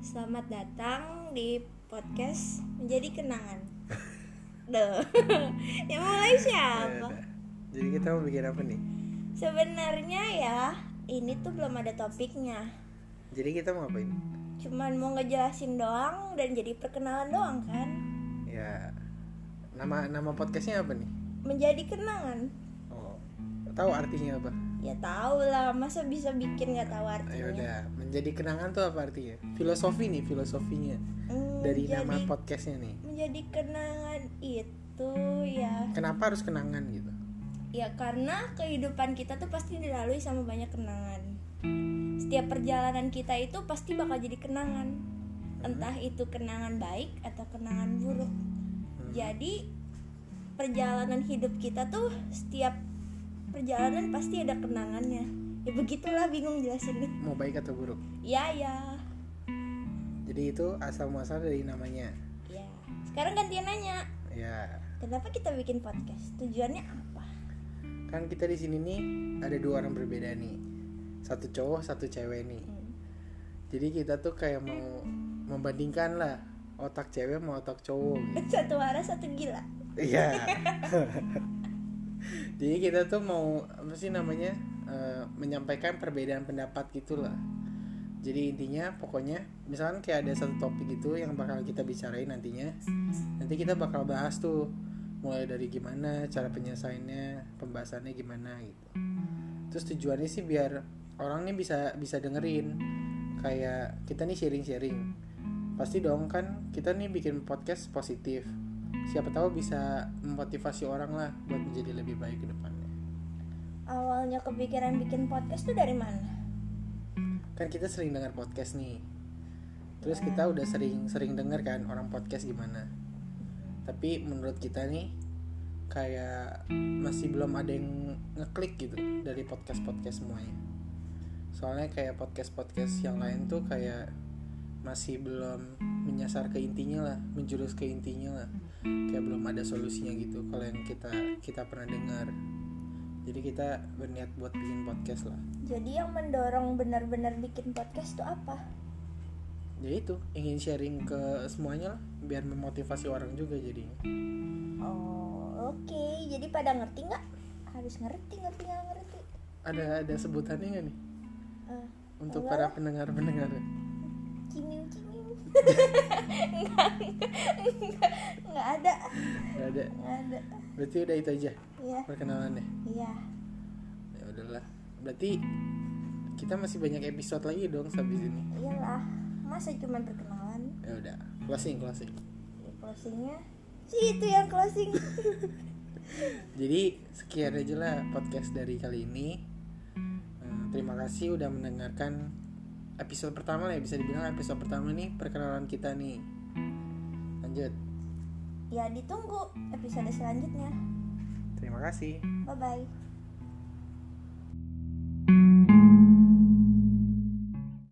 Selamat datang di podcast Menjadi Kenangan. Duh. yang mulai siapa? Iya, Jadi kita mau bikin apa nih? Sebenarnya ya, ini tuh belum ada topiknya. Jadi kita mau ngapain? Cuman mau ngejelasin doang dan jadi perkenalan doang kan. Ya nama nama podcastnya apa nih? Menjadi kenangan. Oh, tahu artinya apa? Ya tau lah, masa bisa bikin nggak tahu Ya artinya. udah, menjadi kenangan tuh apa artinya? Filosofi nih filosofinya Hmm, dari jadi- nama podcastnya Iya nih. Menjadi kenangan itu ya Kenapa harus kenangan gitu? Ya karena kehidupan kita tuh pasti dilalui sama banyak kenangan. Setiap perjalanan kita itu pasti bakal jadi kenangan. Entah itu kenangan baik atau kenangan buruk. Jadi perjalanan hidup kita tuh setiap perjalanan pasti ada kenangannya. Ya begitulah bingung jelasin. Mau baik atau buruk? Ya ya. Jadi itu asal muasal dari namanya. Ya. Sekarang gantian nanya, Ya, kenapa kita bikin podcast? Tujuannya apa? kan kita di sini nih ada dua orang berbeda nih. Satu cowok, satu cewek nih. Hmm. Jadi kita tuh kayak mau membandingkan lah otak cewek sama otak cowok gitu. Satu waras, satu gila. Iya. Jadi kita tuh mau apa sih namanya eh, menyampaikan perbedaan pendapat gitulah. Jadi intinya pokoknya misalkan kayak ada satu topik gitu yang bakal kita bicarain nantinya. Nanti kita bakal bahas tuh mulai dari gimana cara penyelesaiannya, pembahasannya gimana gitu. Terus tujuannya sih biar orang nih bisa bisa dengerin kayak kita nih sharing-sharing. Pasti dong kan kita nih bikin podcast positif siapa tahu bisa memotivasi orang lah buat menjadi lebih baik ke depannya Awalnya kepikiran bikin podcast tuh dari mana? kan kita sering dengar podcast nih terus kita udah sering sering dengar kan orang podcast gimana tapi menurut kita nih kayak masih belum ada yang ngeklik gitu dari podcast podcast semuanya soalnya kayak podcast podcast yang lain tuh kayak masih belum menyasar ke intinya lah menjurus ke intinya lah kayak belum ada solusinya gitu kalau yang kita kita pernah dengar jadi kita berniat buat bikin podcast lah Jadi yang mendorong benar-benar bikin podcast tuh apa? ya itu ingin sharing ke semuanya lah biar memotivasi orang juga jadinya Oh, oke. Jadi pada ngerti nggak? Harus ngerti, ngerti nggak ngerti? ada ada sebutannya nggak nih Eh, untuk Enggak para pendengar pendengar cimim cimim. Nggak, nggak, nggak ada, nggak ada nggak ada. berarti udah itu aja Iya, perkenalannya iya. ya udahlah berarti kita masih banyak episode lagi dong habis ini Iyalah, masa cuma perkenalan? ya udah closing closing Ya, closingnya, si itu yang closing. jadi sekian aja lah podcast dari kali ini Eh, terima kasih udah mendengarkan episode pertama lah ya bisa dibilang episode pertama nih perkenalan kita nih lanjut ya ditunggu episode selanjutnya. terima kasih Bye bye.